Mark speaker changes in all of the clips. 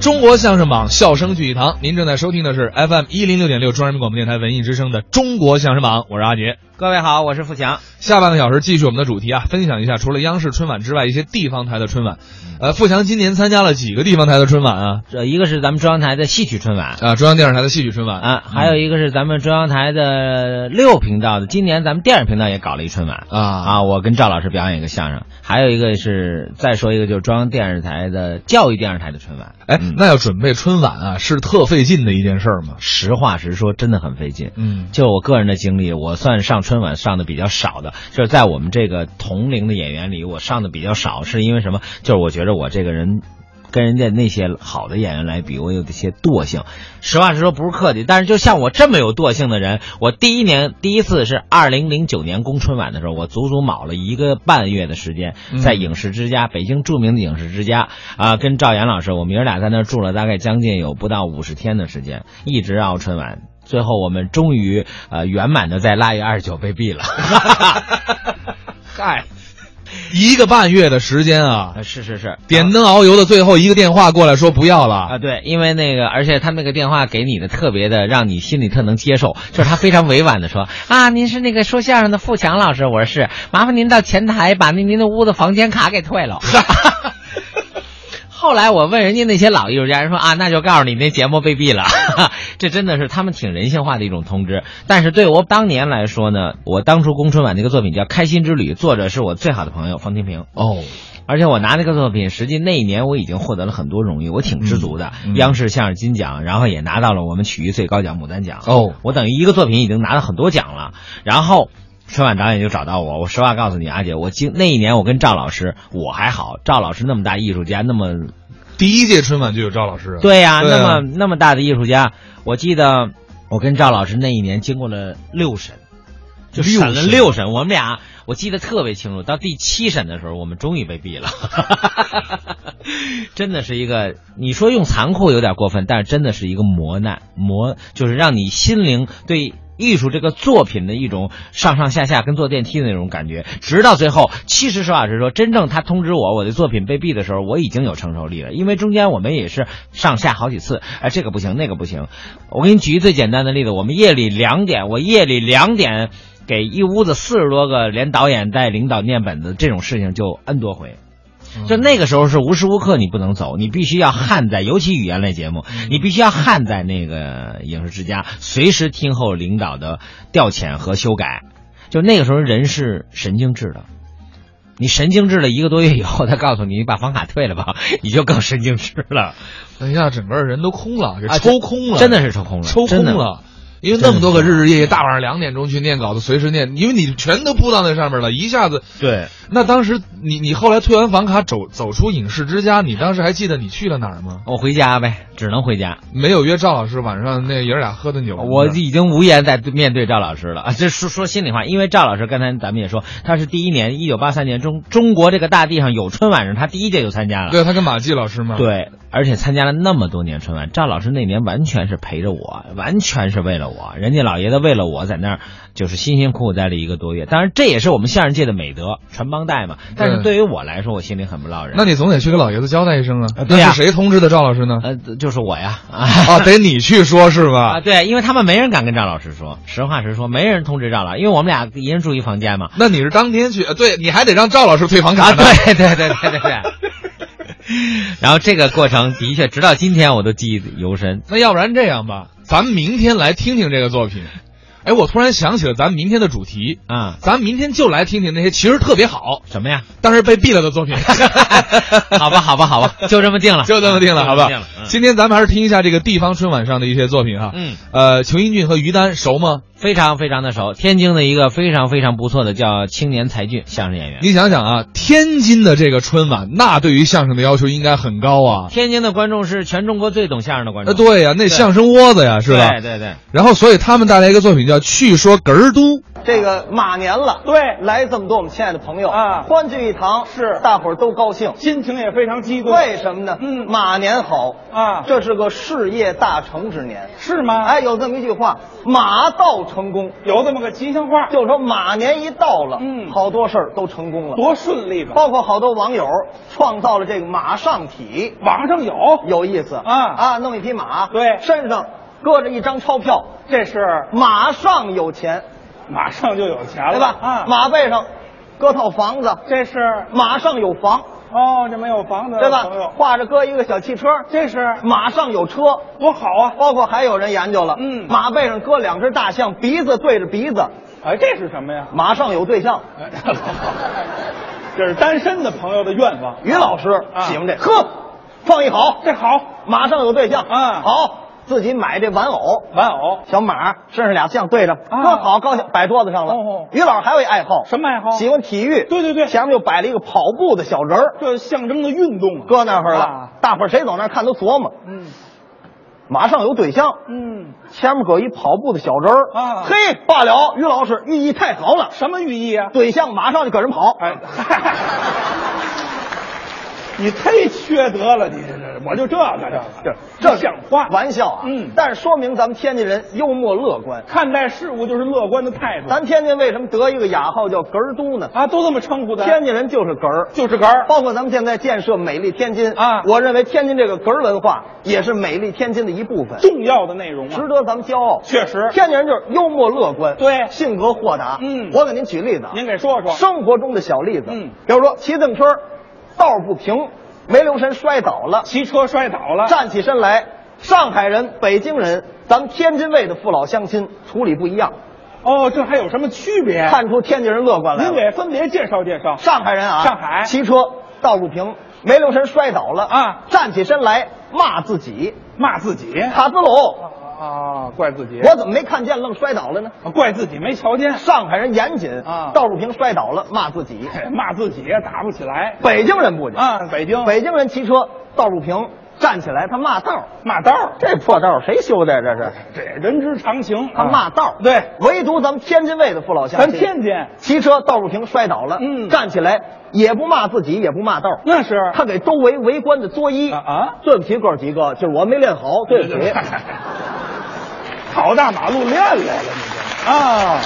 Speaker 1: 中国相声榜，笑声聚一堂。您正在收听的是 FM 一零六点六中央人民广播电台文艺之声的《中国相声榜》，我是阿杰。
Speaker 2: 各位好，我是付强。
Speaker 1: 下半个小时继续我们的主题啊，分享一下除了央视春晚之外，一些地方台的春晚。呃，付强今年参加了几个地方台的春晚啊？
Speaker 2: 这一个是咱们中央台的戏曲春晚
Speaker 1: 啊，中央电视台的戏曲春晚
Speaker 2: 啊，还有一个是咱们中央台的六频道的，今年咱们电视频道也搞了一春晚
Speaker 1: 啊
Speaker 2: 啊，我跟赵老师表演一个相声，还有一个是再说一个就是中央电视台的教育电视台的春晚。嗯
Speaker 1: 哎，那要准备春晚啊，是特费劲的一件事儿吗？
Speaker 2: 实话实说，真的很费劲。
Speaker 1: 嗯
Speaker 2: 就我个人的经历，我算上春晚上的比较少的，就是在我们这个同龄的演员里，我上的比较少，是因为什么？就是我觉得我这个人。跟人家那些好的演员来比，我有一些惰性。实话实说，不是客气，但是就像我这么有惰性的人，我第一年第一次是二零零九年公春晚的时候，我足足卯了一个半月的时间，在影视之家，北京著名的影视之家啊，跟赵岩老师，我们爷俩在那儿住了大概将近有不到五十天的时间，一直熬春晚。最后我们终于呃圆满的在腊月二十九被毙 了。
Speaker 1: 嗨，一个半月的时间啊，
Speaker 2: 啊是是是，
Speaker 1: 点灯熬油的最后一个电话过来说不要了。
Speaker 2: 啊，对，因为那个，而且他那个电话给你的特别的，让你心里特能接受，就是他非常委婉的说啊，您是那个说相声的付强老师，我说是，麻烦您到前台把那您的屋子房间卡给退了。后来我问人家那些老艺术家，人说啊，那就告诉你那节目被毙了。 这真的是他们挺人性化的一种通知。但是对我当年来说呢，我当初公春晚那个作品叫《开心之旅》，作者是我最好的朋友方清平。
Speaker 1: 哦，
Speaker 2: 而且我拿那个作品，实际那一年我已经获得了很多荣誉，我挺知足的。
Speaker 1: 嗯嗯
Speaker 2: 央视相声金奖，然后也拿到了我们曲艺最高奖牡丹奖。
Speaker 1: 哦
Speaker 2: 我等于一个作品已经拿了很多奖了。然后春晚导演就找到我，我实话告诉你，阿姐，我经那一年我跟赵老师我还好，赵老师那么大艺术家，那么
Speaker 1: 第一届春晚就有赵老师。
Speaker 2: 对呀、
Speaker 1: 对啊
Speaker 2: 那么那么大的艺术家，我记得我跟赵老师那一年经过了六审，就
Speaker 1: 六
Speaker 2: 审了
Speaker 1: 审
Speaker 2: 六审，我们俩我记得特别清楚。到第七审的时候，我们终于被毙了， 真的是一个你说用残酷有点过分，但是真的是一个磨难，磨就是让你心灵对。艺术这个作品的一种上上下下跟坐电梯的那种感觉，直到最后，其实实话实说，真正他通知我我的作品被毙的时候，我已经有承受力了，因为中间我们也是上下好几次，哎，这个不行，那个不行。我给你举一最简单的例子，我们夜里两点，我夜里两点给一屋子四十多个连导演带领导念本子这种事情就 n 多回。
Speaker 1: 嗯
Speaker 2: 就那个时候是无时无刻你不能走，你必须要焊在，尤其语言类节目，
Speaker 1: 嗯
Speaker 2: 你必须要焊在那个影视之家，随时听候领导的调遣和修改。就那个时候人是神经质的，你神经质了一个多月以后，他告诉你你把房卡退了吧，你就更神经质了，
Speaker 1: 等一下，哎整个人都空了，给
Speaker 2: 啊
Speaker 1: 抽空了，
Speaker 2: 真的是抽空了，
Speaker 1: 抽空
Speaker 2: 真的。
Speaker 1: 了。因为那么多个日日夜夜，大晚上两点钟去念稿子，随时念，因为你全都扑到那上面了，一下子。
Speaker 2: 对，
Speaker 1: 那当时你你后来退完房卡走走出影视之家，你当时还记得你去了哪儿吗？
Speaker 2: 我哦回家呗，只能回家。
Speaker 1: 没有约赵老师晚上哦那爷儿俩喝顿酒。
Speaker 2: 我已经无颜再面对赵老师了啊！这说说心里话，因为赵老师刚才咱们也说，他是第一年，一九八三年中中国这个大地上有春晚上，他第一届就参加了。
Speaker 1: 对他跟马季老师嘛，，
Speaker 2: 对，而且参加了那么多年春晚，赵老师那年完全是陪着我，完全是为了我，人家老爷子为了我在那儿就是辛辛苦苦待了一个多月。当然，这也是我们相声界的美德，传帮带嘛。但是
Speaker 1: 对
Speaker 2: 对于我来说，我心里很不落忍。
Speaker 1: 那你总得去跟老爷子交代一声啊。
Speaker 2: 啊对呀
Speaker 1: 那是谁通知的赵老 师呢？
Speaker 2: 呃，就是我呀啊。
Speaker 1: 啊，得你去说是吧？
Speaker 2: 啊，对，因为他们没人敢跟赵老师说，实话实说，没人通知赵老师，因为我们俩一人住一房间嘛。
Speaker 1: 那你是当天去？呃对，你还得让赵老师退房卡
Speaker 2: 啊，
Speaker 1: 呢。
Speaker 2: 对对对对对对。 然后这个过程的确，直到今天我都记忆犹深。
Speaker 1: 那要不然这样吧，咱们明天来听听这个作品。哎，我突然想起了咱们明天的主题，
Speaker 2: 啊、
Speaker 1: 咱们明天就来听听那些其实特别好，
Speaker 2: 什么呀？
Speaker 1: 但是被毙了的作品。
Speaker 2: 好吧，好吧，好吧，就这么定了，
Speaker 1: 就这么定了，好吧
Speaker 2: 就这么定了？嗯
Speaker 1: 今天咱们还是听一下这个地方春晚上的一些作品哈。
Speaker 2: 嗯，
Speaker 1: 呃，裘英俊和于丹熟吗？
Speaker 2: 非常非常的熟，天津的一个非常非常不错的叫青年才俊相声演员。
Speaker 1: 你想想啊，天津的这个春晚，那对于相声的要求应该很高啊。
Speaker 2: 天津的观众是全中国最懂相声的观
Speaker 1: 呃，
Speaker 2: 众，
Speaker 1: 对呀、那相声窝子呀，是吧？
Speaker 2: 对对对，
Speaker 1: 然后，所以他们带来一个作品叫“趣说哏儿都
Speaker 3: 这个马年了，
Speaker 4: 对
Speaker 3: 来这么多我们亲爱的朋友
Speaker 4: 啊
Speaker 3: 欢聚一堂，
Speaker 4: 是
Speaker 3: 大伙儿都高兴。
Speaker 4: 心情也非常激动。
Speaker 3: 为什么呢？
Speaker 4: 嗯
Speaker 3: 马年好
Speaker 4: 啊
Speaker 3: 这是个事业大成之年。
Speaker 4: 是吗？
Speaker 3: 哎，，有这么一句话，马到成功，
Speaker 4: 有这么个吉祥话，
Speaker 3: 就说马年一到了，
Speaker 4: 嗯
Speaker 3: 好多事儿都成功了，
Speaker 4: 多顺利吧？
Speaker 3: 包括好多网友创造了这个马上体，
Speaker 4: 网上有，
Speaker 3: 有意思
Speaker 4: 啊
Speaker 3: 啊，弄一匹马，
Speaker 4: 对
Speaker 3: 身上搁着一张钞票，
Speaker 4: 这是
Speaker 3: 马上有钱，
Speaker 4: 马上就有钱了，
Speaker 3: 对吧？
Speaker 4: 啊，
Speaker 3: 马背上搁套房子，
Speaker 4: 这是
Speaker 3: 马上有房，
Speaker 4: 哦，这没有房子的
Speaker 3: 对
Speaker 4: 朋
Speaker 3: 吧？
Speaker 4: 友，
Speaker 3: 画着搁一个小汽车，
Speaker 4: 这是
Speaker 3: 马上有车。
Speaker 4: 多好啊！
Speaker 3: 包括还有人研究了，
Speaker 4: 嗯
Speaker 3: 马背上搁两只大象，鼻子对着鼻子，
Speaker 4: 哎，这是什么呀？
Speaker 3: 马上有对象。
Speaker 4: 哎这是单身的朋友的愿望。
Speaker 3: 于老师
Speaker 4: 啊
Speaker 3: 喜欢这，呵，创意好，
Speaker 4: 这好，
Speaker 3: 马上有对象。
Speaker 4: 啊
Speaker 3: 好，自己买这玩偶，
Speaker 4: 玩偶
Speaker 3: 小马身上俩象对着，
Speaker 4: 啊
Speaker 3: 呵，好高兴，摆桌子上了。
Speaker 4: 哦哦
Speaker 3: 于老师还有一爱好，
Speaker 4: 什么爱好
Speaker 3: 喜欢体育。
Speaker 4: 对对对
Speaker 3: 前面就摆了一个跑步的小人儿，
Speaker 4: 这象征的运动啊，
Speaker 3: 搁那儿了
Speaker 4: 啊。
Speaker 3: 大伙儿谁走那儿看都琢磨，
Speaker 4: 嗯
Speaker 3: 马上有对象。
Speaker 4: 嗯，
Speaker 3: 前面搁一跑步的小人儿
Speaker 4: 啊
Speaker 3: 嘿，罢了，于老师寓意太好了，
Speaker 4: 什么寓意啊？
Speaker 3: 对象马上就搁人跑。
Speaker 4: 哎， 嗨，你忒缺德了，你这这，我就这个这
Speaker 3: 这
Speaker 4: 这像话。
Speaker 3: 玩笑啊，
Speaker 4: 嗯
Speaker 3: 但是说明咱们天津人幽默乐观。
Speaker 4: 看待事物就是乐观的态度。
Speaker 3: 咱天津为什么得一个雅号叫“哏儿都”呢？
Speaker 4: 啊，都这么称呼的，
Speaker 3: 天津人就是哏儿，
Speaker 4: 就是杆儿。
Speaker 3: 包括咱们现在建设美丽天津
Speaker 4: 啊
Speaker 3: 我认为天津这个哏儿文化也是美丽天津的一部分，
Speaker 4: 重要的内容啊，
Speaker 3: 值得咱们骄傲。
Speaker 4: 确实。
Speaker 3: 天津人就是幽默乐观，
Speaker 4: 对
Speaker 3: 性格豁达。
Speaker 4: 嗯
Speaker 3: 我给您举例子啊，
Speaker 4: 您给说说，
Speaker 3: 生活中的小例子，
Speaker 4: 嗯
Speaker 3: 比如说骑自行车，道儿不平，没留神摔倒了，
Speaker 4: 骑车摔倒了，
Speaker 3: 站起身来，上海人、北京人，咱们天津卫的父老乡亲处理不一样，
Speaker 4: 哦，这还有什么区别？
Speaker 3: 看出天津人乐观来了。
Speaker 4: 哎您给分别介绍介绍。
Speaker 3: 上海人啊，
Speaker 4: 上海
Speaker 3: 骑车道不平，没留神摔倒了
Speaker 4: 啊，哎
Speaker 3: 站起身来骂自己，
Speaker 4: 骂自己
Speaker 3: 卡子喽，
Speaker 4: 啊，怪自己，啊
Speaker 3: 我怎么没看见愣摔倒了呢？
Speaker 4: 怪自己没瞧见，
Speaker 3: 上海人严谨
Speaker 4: 啊哎
Speaker 3: 道不平摔倒了骂自己，
Speaker 4: 嘿骂自己打不起来
Speaker 3: 北京人不行，
Speaker 4: 啊。北京
Speaker 3: 北京人骑车道不平，站起来他骂道，
Speaker 4: 骂道儿，
Speaker 3: 这破道谁修的呀？这是
Speaker 4: 这人之常情。
Speaker 3: 他骂道，
Speaker 4: 啊对，
Speaker 3: 唯独咱们天津卫的父老乡
Speaker 4: 咱
Speaker 3: 亲，
Speaker 4: 天津
Speaker 3: 骑车道不平摔倒了，
Speaker 4: 嗯
Speaker 3: 站起来也不骂自己，也不骂道，
Speaker 4: 那是
Speaker 3: 他给周围围观的作揖
Speaker 4: 啊啊
Speaker 3: 对不起，哥儿几个，就是我没练好，对不起。
Speaker 4: 跑大马路练来了，你这啊，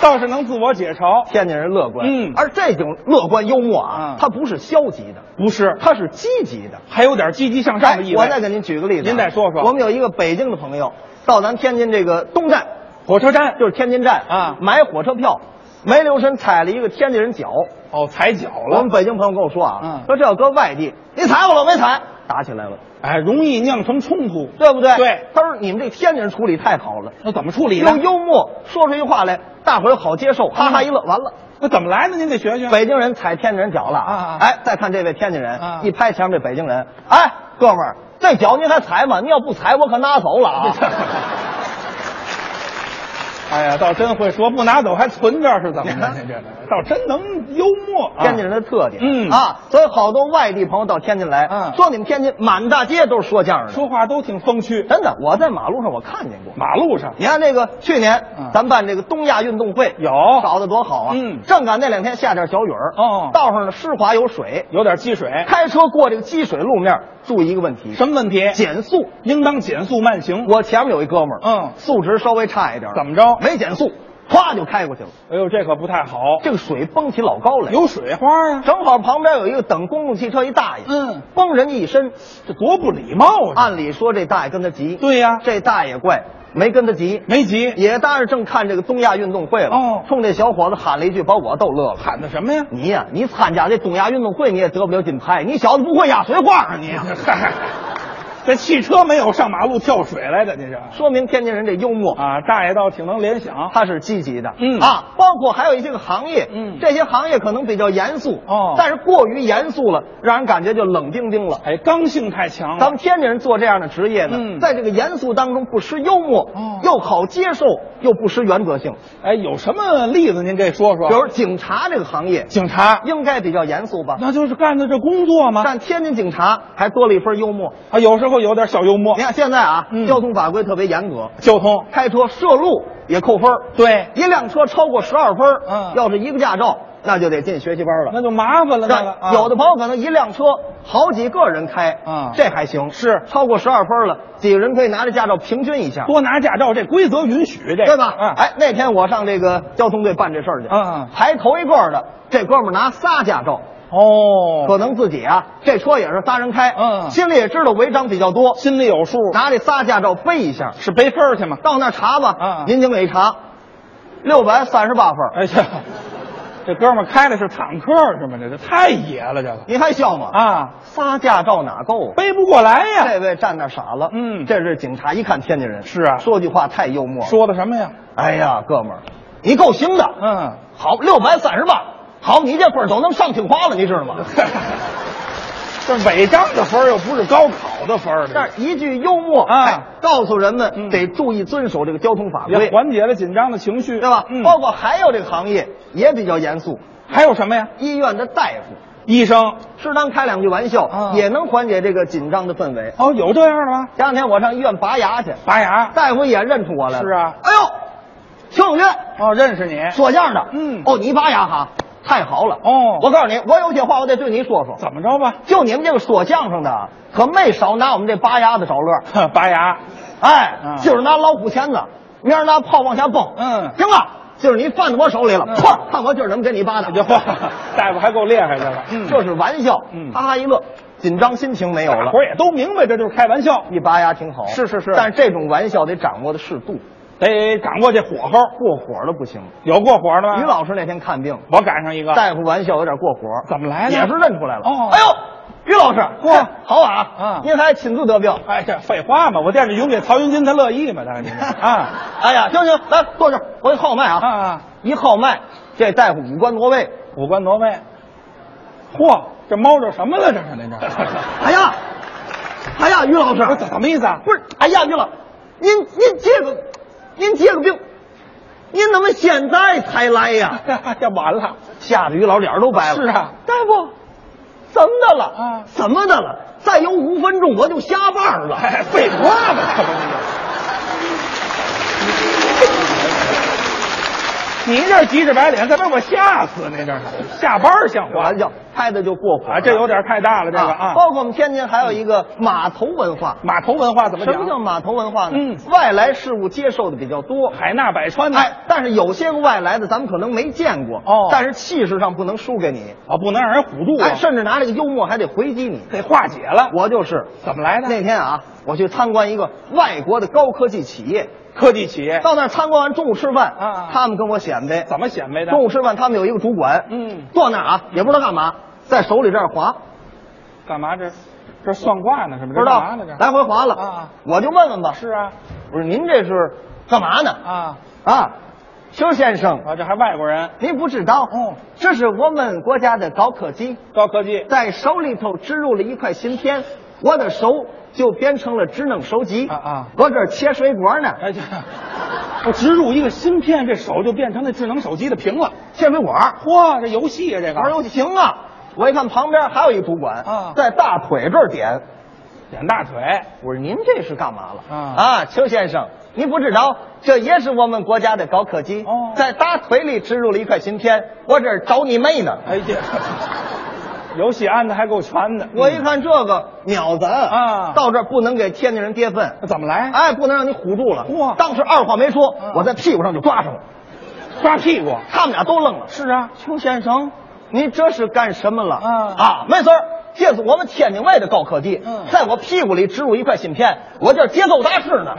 Speaker 4: 倒是能自我解 嘲，
Speaker 3: 天津人乐观，
Speaker 4: 嗯
Speaker 3: 而这种乐观幽默啊
Speaker 4: 啊，
Speaker 3: 它不是消极的，
Speaker 4: 不是，
Speaker 3: 它是积极的。
Speaker 4: 还有点积极向上的意味。
Speaker 3: 哎我再给您举个例子啊，
Speaker 4: 您再说说
Speaker 3: 我们有一个北京的朋友到咱天津这个东站，
Speaker 4: 火车站
Speaker 3: 就是天津站
Speaker 4: 啊
Speaker 3: 买火车票，没留神踩了一个天津人脚。
Speaker 4: 哦，踩脚
Speaker 3: 我们
Speaker 4: 了，
Speaker 3: 北京朋友跟我说啊，
Speaker 4: 嗯
Speaker 3: 说这要搁外地，你踩我了，我没踩，打起来了，
Speaker 4: 哎，容易酿成冲突。
Speaker 3: 对不对？
Speaker 4: 对，
Speaker 3: 他说你们这天津人处理太好了，
Speaker 4: 那怎么处理呢嗯
Speaker 3: 又？幽默，说出一话来，大伙儿又好接受，哈哈一乐，完了。
Speaker 4: 那怎么来的？您得学学。
Speaker 3: 北京人踩天津人脚了
Speaker 4: 嗯啊啊
Speaker 3: 哎，再看这位天津人，
Speaker 4: 啊
Speaker 3: 一拍前面这北京人，哎，哥们儿，这脚您还踩吗？您要不踩，我可拿走了 啊！
Speaker 4: 哎呀，倒真会说，不拿走还存着是怎么 的？您这倒真能幽默啊。
Speaker 3: 天津人的特点，
Speaker 4: 嗯
Speaker 3: 啊，所以好多外地朋友到天津来，
Speaker 4: 嗯
Speaker 3: 说你们天津满大街都是说相声的，
Speaker 4: 说话都挺风趣。
Speaker 3: 真的，我在马路上我看见过。
Speaker 4: 马路上
Speaker 3: 你看这个去年
Speaker 4: 嗯
Speaker 3: 咱们办这个东亚运动会，
Speaker 4: 有
Speaker 3: 搞得多好啊！
Speaker 4: 嗯
Speaker 3: 正赶那两天下点小雨儿，
Speaker 4: 哦
Speaker 3: 道上呢湿滑有水，
Speaker 4: 有点积水，
Speaker 3: 开车过这个积水路面，注意一个问题，
Speaker 4: 什么问题？
Speaker 3: 减速。
Speaker 4: 应当减速慢行。
Speaker 3: 我前面有一哥们儿，
Speaker 4: 嗯
Speaker 3: 素质稍微差一点儿，
Speaker 4: 怎么着
Speaker 3: 没减速，咵就开过去了。
Speaker 4: 哎呦，这可不太好。
Speaker 3: 这个水蹦起老高来，
Speaker 4: 有水花呀、
Speaker 3: 正好旁边有一个等公共汽车一大爷，
Speaker 4: 嗯，
Speaker 3: 崩人家一身。
Speaker 4: 这多不礼貌啊！
Speaker 3: 按理说这大爷跟他急，
Speaker 4: 对呀
Speaker 3: 这大爷怪没跟他急，
Speaker 4: 没急，
Speaker 3: 也当然正看这个东亚运动会了，
Speaker 4: 哦
Speaker 3: 冲这小伙子喊了一句，把我逗乐了。
Speaker 4: 喊的什么呀？
Speaker 3: 你呀、你参加这东亚运动会，你也得不了金牌。你小子不会压水花啊 你！
Speaker 4: 嗨，这汽车没有上马路跳水来的，这是
Speaker 3: 说明天津人这幽默，
Speaker 4: 啊，大爷倒挺能联想。
Speaker 3: 他是积极的，
Speaker 4: 嗯
Speaker 3: 啊，包括还有一些个行业，
Speaker 4: 嗯
Speaker 3: 这些行业可能比较严肃，
Speaker 4: 哦
Speaker 3: 但是过于严肃了，让人感觉就冷冰冰了。
Speaker 4: 哎，刚性太强
Speaker 3: 咱
Speaker 4: 了
Speaker 3: 们。天津人做这样的职业呢，
Speaker 4: 嗯
Speaker 3: 在这个严肃当中不失幽默，
Speaker 4: 哦
Speaker 3: 又好接受，又不失原则性。
Speaker 4: 哎，有什么例子您给说说？
Speaker 3: 比如警察这个行业，
Speaker 4: 警察，
Speaker 3: 应该比较严肃吧，
Speaker 4: 那就是干的这工作嘛。
Speaker 3: 但天津警察还多了一份幽默。
Speaker 4: 啊，有时候后有点小幽默
Speaker 3: 你。看现在啊，
Speaker 4: 嗯
Speaker 3: 交通法规特别严格，
Speaker 4: 交通，
Speaker 3: 开车涉路也扣分儿
Speaker 4: 对
Speaker 3: 一辆车超过十二分儿
Speaker 4: 嗯
Speaker 3: 要是一个驾照，那就得进学习班了。
Speaker 4: 那就麻烦了。那
Speaker 3: 但
Speaker 4: 个啊
Speaker 3: 有的朋友可能一辆车好几个人开，
Speaker 4: 啊
Speaker 3: 这还行，
Speaker 4: 是
Speaker 3: 超过十二分了，几个人可以拿着驾照平均一下，
Speaker 4: 啊多拿驾照，这规则允许这个，
Speaker 3: 对吧？
Speaker 4: 嗯，
Speaker 3: 哎，那天我上这个交通队办这事儿去，
Speaker 4: 嗯嗯
Speaker 3: 排头一个的这哥们儿拿仨驾照，
Speaker 4: 哦，
Speaker 3: 可能自己啊这车也是仨人开，
Speaker 4: 嗯嗯嗯
Speaker 3: 心里也知道违章比较多，
Speaker 4: 心里有数，
Speaker 3: 拿这仨驾照背一下，
Speaker 4: 是背分儿去嘛？
Speaker 3: 到那儿查吧，
Speaker 4: 嗯嗯
Speaker 3: 民警给一查，六百三十八分儿，
Speaker 4: 哎呀，这哥们儿开的是坦克是吗？这这太野了，这个
Speaker 3: 你还笑吗？
Speaker 4: 啊，
Speaker 3: 仨驾照哪够啊？
Speaker 4: 背不过来呀。
Speaker 3: 这位站那儿傻了，
Speaker 4: 嗯
Speaker 3: 这是警察，一看天津人，
Speaker 4: 是啊
Speaker 3: 说句话太幽默了，
Speaker 4: 说的什么呀？
Speaker 3: 哎呀，哥们儿，你够行的，
Speaker 4: 嗯，
Speaker 3: 好，六百三十万，好，你这分儿都能上清华了，你知道吗？
Speaker 4: 这违章的分儿又不是高考的分儿，这
Speaker 3: 但是一句幽默
Speaker 4: 啊
Speaker 3: 哎告诉人们
Speaker 4: 嗯
Speaker 3: 得注意遵守这个交通法
Speaker 4: 也
Speaker 3: 规，
Speaker 4: 缓解了紧张的情绪，
Speaker 3: 对吧？
Speaker 4: 嗯，
Speaker 3: 包括还有这个行业也比较严肃，
Speaker 4: 还有什么呀？
Speaker 3: 医院的大夫
Speaker 4: 医生，
Speaker 3: 适当开两句玩笑，
Speaker 4: 啊
Speaker 3: 也能缓解这个紧张的氛围。
Speaker 4: 哦，有这样的吗？
Speaker 3: 前两天我上医院拔牙去，
Speaker 4: 拔牙，
Speaker 3: 大夫也认出我来了，
Speaker 4: 是啊
Speaker 3: 哎呦，挺有劲。
Speaker 4: 哦，认识你，
Speaker 3: 说相声的，
Speaker 4: 嗯
Speaker 3: 哦，你拔牙哈，太好了，
Speaker 4: 哦
Speaker 3: 我告诉你，我有些话我得对你说说，
Speaker 4: 怎么着吧？
Speaker 3: 就你们这个说相声的啊，可没少拿我们这拔牙的找乐儿，
Speaker 4: 哼拔牙，
Speaker 3: 哎
Speaker 4: 嗯，
Speaker 3: 今儿拿老虎钳子，明儿拿炮往下蹦，
Speaker 4: 嗯
Speaker 3: 行了，今儿你犯到我手里了，
Speaker 4: 嗯
Speaker 3: 嚯、看我今儿怎么给你扒的，
Speaker 4: 这 话，大夫还够厉害的了，嗯，
Speaker 3: 这是玩笑，
Speaker 4: 嗯
Speaker 3: 哈哈一乐，紧张心情没有
Speaker 4: 大
Speaker 3: 了
Speaker 4: 伙。儿也都明白，这就是开玩笑，
Speaker 3: 一拔牙挺好，
Speaker 4: 是是是
Speaker 3: 但是这种玩笑得掌握的适度，
Speaker 4: 得掌握这火候。
Speaker 3: 过火了不行。
Speaker 4: 有过火的吗？
Speaker 3: 于，老师那天看病，
Speaker 4: 我赶上一个，
Speaker 3: 大夫玩笑有点过火，
Speaker 4: 怎么来的？
Speaker 3: 也是认出来了。
Speaker 4: 哎哦
Speaker 3: 哎呦，于老师，
Speaker 4: 嚯
Speaker 3: 好啊
Speaker 4: 嗯，
Speaker 3: 您还亲自得病。
Speaker 4: 哎呀，废话嘛，我惦着匀给曹云金，他乐意嘛，当然 啊
Speaker 3: 哎呀，行行，来坐这儿，我给号脉
Speaker 4: 啊
Speaker 3: 啊，
Speaker 4: 啊，
Speaker 3: 一号脉，这大夫五官挪位。
Speaker 4: 五官挪位。嚯，这猫着什么了？这是您这
Speaker 3: 哎呀，哎呀，于老
Speaker 4: 不是
Speaker 3: 师，
Speaker 4: 怎么意思啊？
Speaker 3: 不是，哎呀，于老，您您这个，您这个病，您怎么现在才来呀？
Speaker 4: 这完了，
Speaker 3: 吓得于老脸儿都白了。
Speaker 4: 是啊，
Speaker 3: 大夫，怎么的了？
Speaker 4: 啊
Speaker 3: 怎么的了？再有五分钟我就下班了。
Speaker 4: 哎，废话嘛，这不是。你这急着白脸，再把我吓死！你这是下班儿像
Speaker 3: 开
Speaker 4: 话
Speaker 3: 玩笑，开的就过火了哦
Speaker 4: 啊，这有点太大了，这个啊。
Speaker 3: 包括我们天津还有一个码头文化。
Speaker 4: 码头文化怎么
Speaker 3: 什
Speaker 4: 讲？
Speaker 3: 么叫码头文化呢？
Speaker 4: 嗯
Speaker 3: 外来事物接受的比较多。
Speaker 4: 海纳百川呢？
Speaker 3: 哎，但是有些个外来的咱们可能没见过
Speaker 4: 哦
Speaker 3: 但是气势上不能输给你，
Speaker 4: 啊，不能让人唬住啊，
Speaker 3: 哎，甚至拿这个幽默还得回击你。
Speaker 4: 给化解了。
Speaker 3: 我就是
Speaker 4: 怎么来的？
Speaker 3: 那天啊，我去参观一个外国的高科技企业，
Speaker 4: 科技企业
Speaker 3: 到那儿参观完中午吃饭，
Speaker 4: 哎啊啊
Speaker 3: 他们跟我显摆，
Speaker 4: 怎么显摆的？
Speaker 3: 中午吃饭他们有一个主管，
Speaker 4: 嗯，
Speaker 3: 坐那儿啊也不知道干嘛，在手里这样划，
Speaker 4: 干嘛这？这算卦呢？什么？
Speaker 3: 不知
Speaker 4: 这干
Speaker 3: 道
Speaker 4: 嘛呢？这
Speaker 3: 来回划了
Speaker 4: 啊啊
Speaker 3: 我就问问吧，
Speaker 4: 是啊
Speaker 3: 我说您这是干嘛呢？
Speaker 4: 啊
Speaker 3: 啊，邱先生，
Speaker 4: 啊！这还外国人，
Speaker 3: 您不知道，
Speaker 4: 哦，
Speaker 3: 这是我们国家的高科技，
Speaker 4: 高科技
Speaker 3: 在手里头植入了一块芯片，我的手就变成了智能手机
Speaker 4: 啊啊
Speaker 3: 我这儿切水果呢，
Speaker 4: 哎这，我植入一个芯片，这手就变成那智能手机的屏了。
Speaker 3: 切水果。
Speaker 4: 嚯，这游戏啊，这个
Speaker 3: 玩游戏行啊，我一看旁边还有一主管，
Speaker 4: 啊
Speaker 3: 在大腿这儿点，
Speaker 4: 点大腿，
Speaker 3: 我说您这是干嘛了？
Speaker 4: 啊
Speaker 3: 邱先生，您不知道，这也是我们国家的高科技，
Speaker 4: 哦
Speaker 3: 在大腿里植入了一块芯片，我这儿找你妹呢。
Speaker 4: 哎呀， 游戏安的还够全的。嗯
Speaker 3: 我一看这个秒咱
Speaker 4: 啊
Speaker 3: 到这儿不能给天津人跌份，
Speaker 4: 怎么来？啊
Speaker 3: 哎，不能让你唬住了。
Speaker 4: 哇
Speaker 3: 当时二话没说
Speaker 4: 啊，
Speaker 3: 我在屁股上就抓上了，
Speaker 4: 抓屁股。
Speaker 3: 他们俩都愣了。
Speaker 4: 是啊，
Speaker 3: 邱先生，您这是干什么了？
Speaker 4: 啊
Speaker 3: 啊，没事儿，这是我们天津卫的高科技，
Speaker 4: 嗯
Speaker 3: 在我屁股里植入一块芯片，我这儿节奏大师呢。